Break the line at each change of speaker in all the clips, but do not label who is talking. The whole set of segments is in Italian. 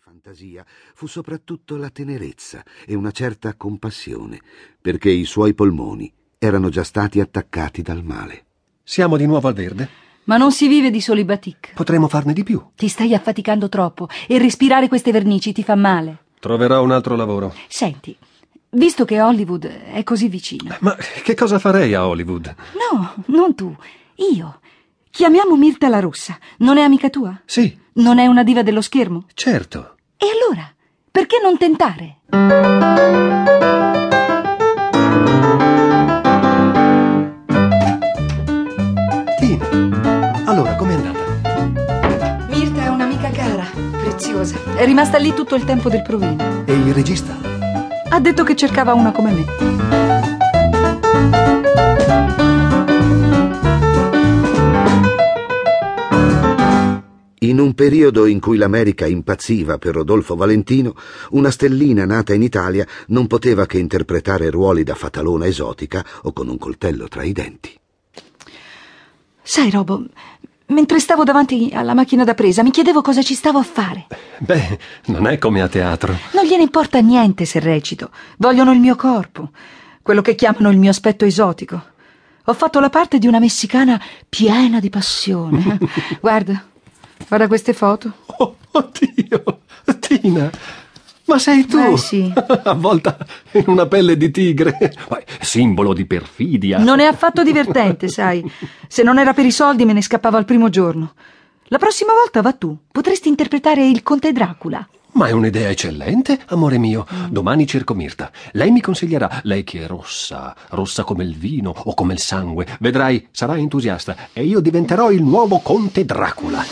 fantasia fu soprattutto la tenerezza e una certa compassione, perché i suoi polmoni erano già stati attaccati dal male.
Siamo di nuovo al verde.
Ma non si vive di soli batik.
Potremmo farne di più.
Ti stai affaticando troppo e respirare queste vernici ti fa male.
Troverò un altro lavoro.
Senti, visto che Hollywood è così vicina.
Ma che cosa farei a Hollywood?
No, non tu, io. Chiamiamo Mirta la Rossa. Non è amica tua?
Sì,
Non è una diva dello schermo?
certo.
E allora? Perché non tentare?
Tina, allora com'è andata?
Mirta è un'amica cara, preziosa. È rimasta lì tutto il tempo del provino.
E il regista?
Ha detto che cercava una come me.
In un periodo in cui l'America impazziva per Rodolfo Valentino, una stellina nata in Italia non poteva che interpretare ruoli da fatalona esotica o con un coltello tra i denti.
Sai, Robo, mentre stavo davanti alla macchina da presa, mi chiedevo cosa ci stavo a fare.
Beh, non è come a teatro.
Non gliene importa niente se recito. Vogliono il mio corpo, quello che chiamano il mio aspetto esotico. Ho fatto la parte di una messicana piena di passione. guarda, guarda queste foto.
Oh, oddio, Tina, ma sei tu?
Eh, sì.
Avvolta in una pelle di tigre. Ma è Simbolo di perfidia.
Non è affatto divertente, sai. Se non era per i soldi me ne scappavo al primo giorno. La prossima volta va tu. Potresti interpretare il conte Dracula.
Ma è un'idea eccellente, amore mio. Domani cerco Mirta. Lei mi consiglierà, lei che è rossa, rossa come il vino o come il sangue. Vedrai, sarà entusiasta e io diventerò il nuovo conte Dracula.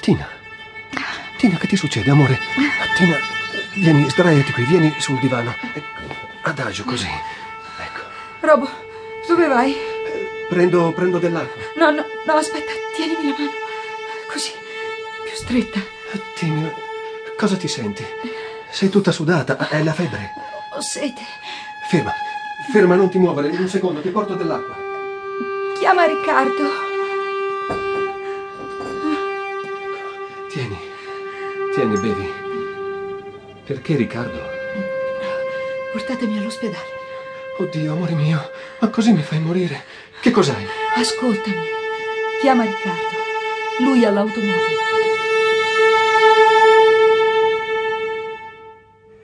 Tina, Tina, che ti succede, amore? Tina, vieni, sdraiati qui, vieni sul divano. Ecco, Adagio così. Ecco.
Robo, dove vai?
Prendo, prendo dell'acqua.
No, no, no, aspetta, tienimi la mano. Così, più stretta.
Tina, cosa ti senti? Sei tutta sudata, è la febbre.
Ho sete.
Ferma, ferma, non ti muovere. Un secondo, ti porto dell'acqua.
Chiama Riccardo.
Tieni, tieni, bevi. Perché Riccardo?
Portatemi all'ospedale.
Oddio, amore mio, ma così mi fai morire. Che cos'hai?
Ascoltami. Chiama Riccardo. Lui ha l'automobile.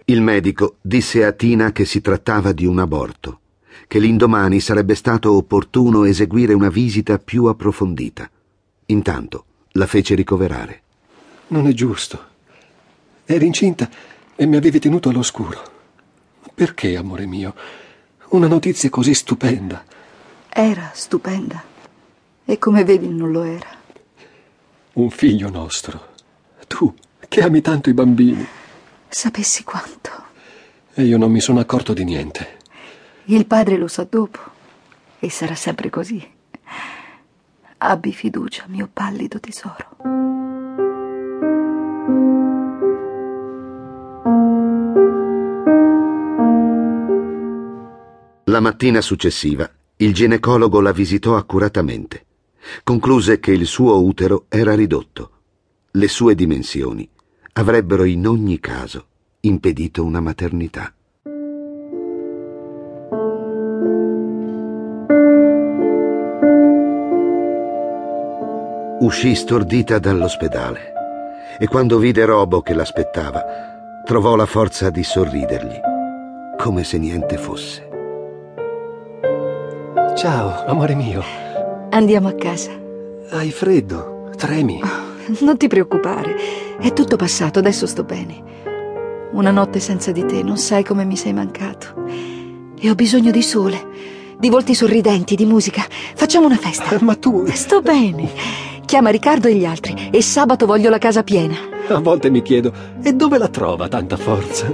Il medico disse a Tina che si trattava di un aborto, che l'indomani sarebbe stato opportuno eseguire una visita più approfondita. Intanto la fece ricoverare.
Non è giusto. Eri incinta e mi avevi tenuto all'oscuro. Perché, amore mio? Una notizia così stupenda.
Era stupenda. E come vedi non lo era.
Un figlio nostro. Tu, che ami tanto i bambini.
Sapessi quanto.
E io non mi sono accorto di niente.
Il padre lo sa dopo. E sarà sempre così. Abbi fiducia, mio pallido tesoro.
La mattina successiva il ginecologo la visitò accuratamente. Concluse che il suo utero era ridotto. Le sue dimensioni avrebbero in ogni caso impedito una maternità. Uscì stordita dall'ospedale e quando vide Robo che l'aspettava, trovò la forza di sorridergli, come se niente fosse.
Ciao, amore mio.
Andiamo a casa.
Hai freddo? Tremi.
Non ti preoccupare, è tutto passato, adesso sto bene. Una notte senza di te, non sai come mi sei mancato. E ho bisogno di sole, di volti sorridenti, di musica. Facciamo una festa.
Ma tu...
Sto bene. Chiama Riccardo e gli altri e sabato voglio la casa piena.
A volte mi chiedo, e dove la trova tanta forza?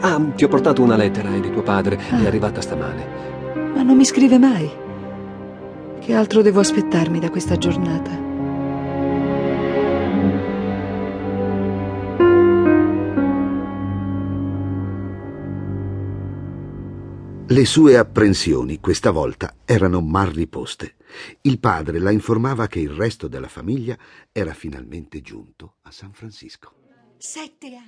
Ah, ti ho portato una lettera eh, di tuo padre, è arrivata stamane.
Ma non mi scrive mai. Che altro devo aspettarmi da questa giornata?
Le sue apprensioni questa volta erano mal riposte. Il padre la informava che il resto della famiglia era finalmente giunto a San Francisco.
Sette anni.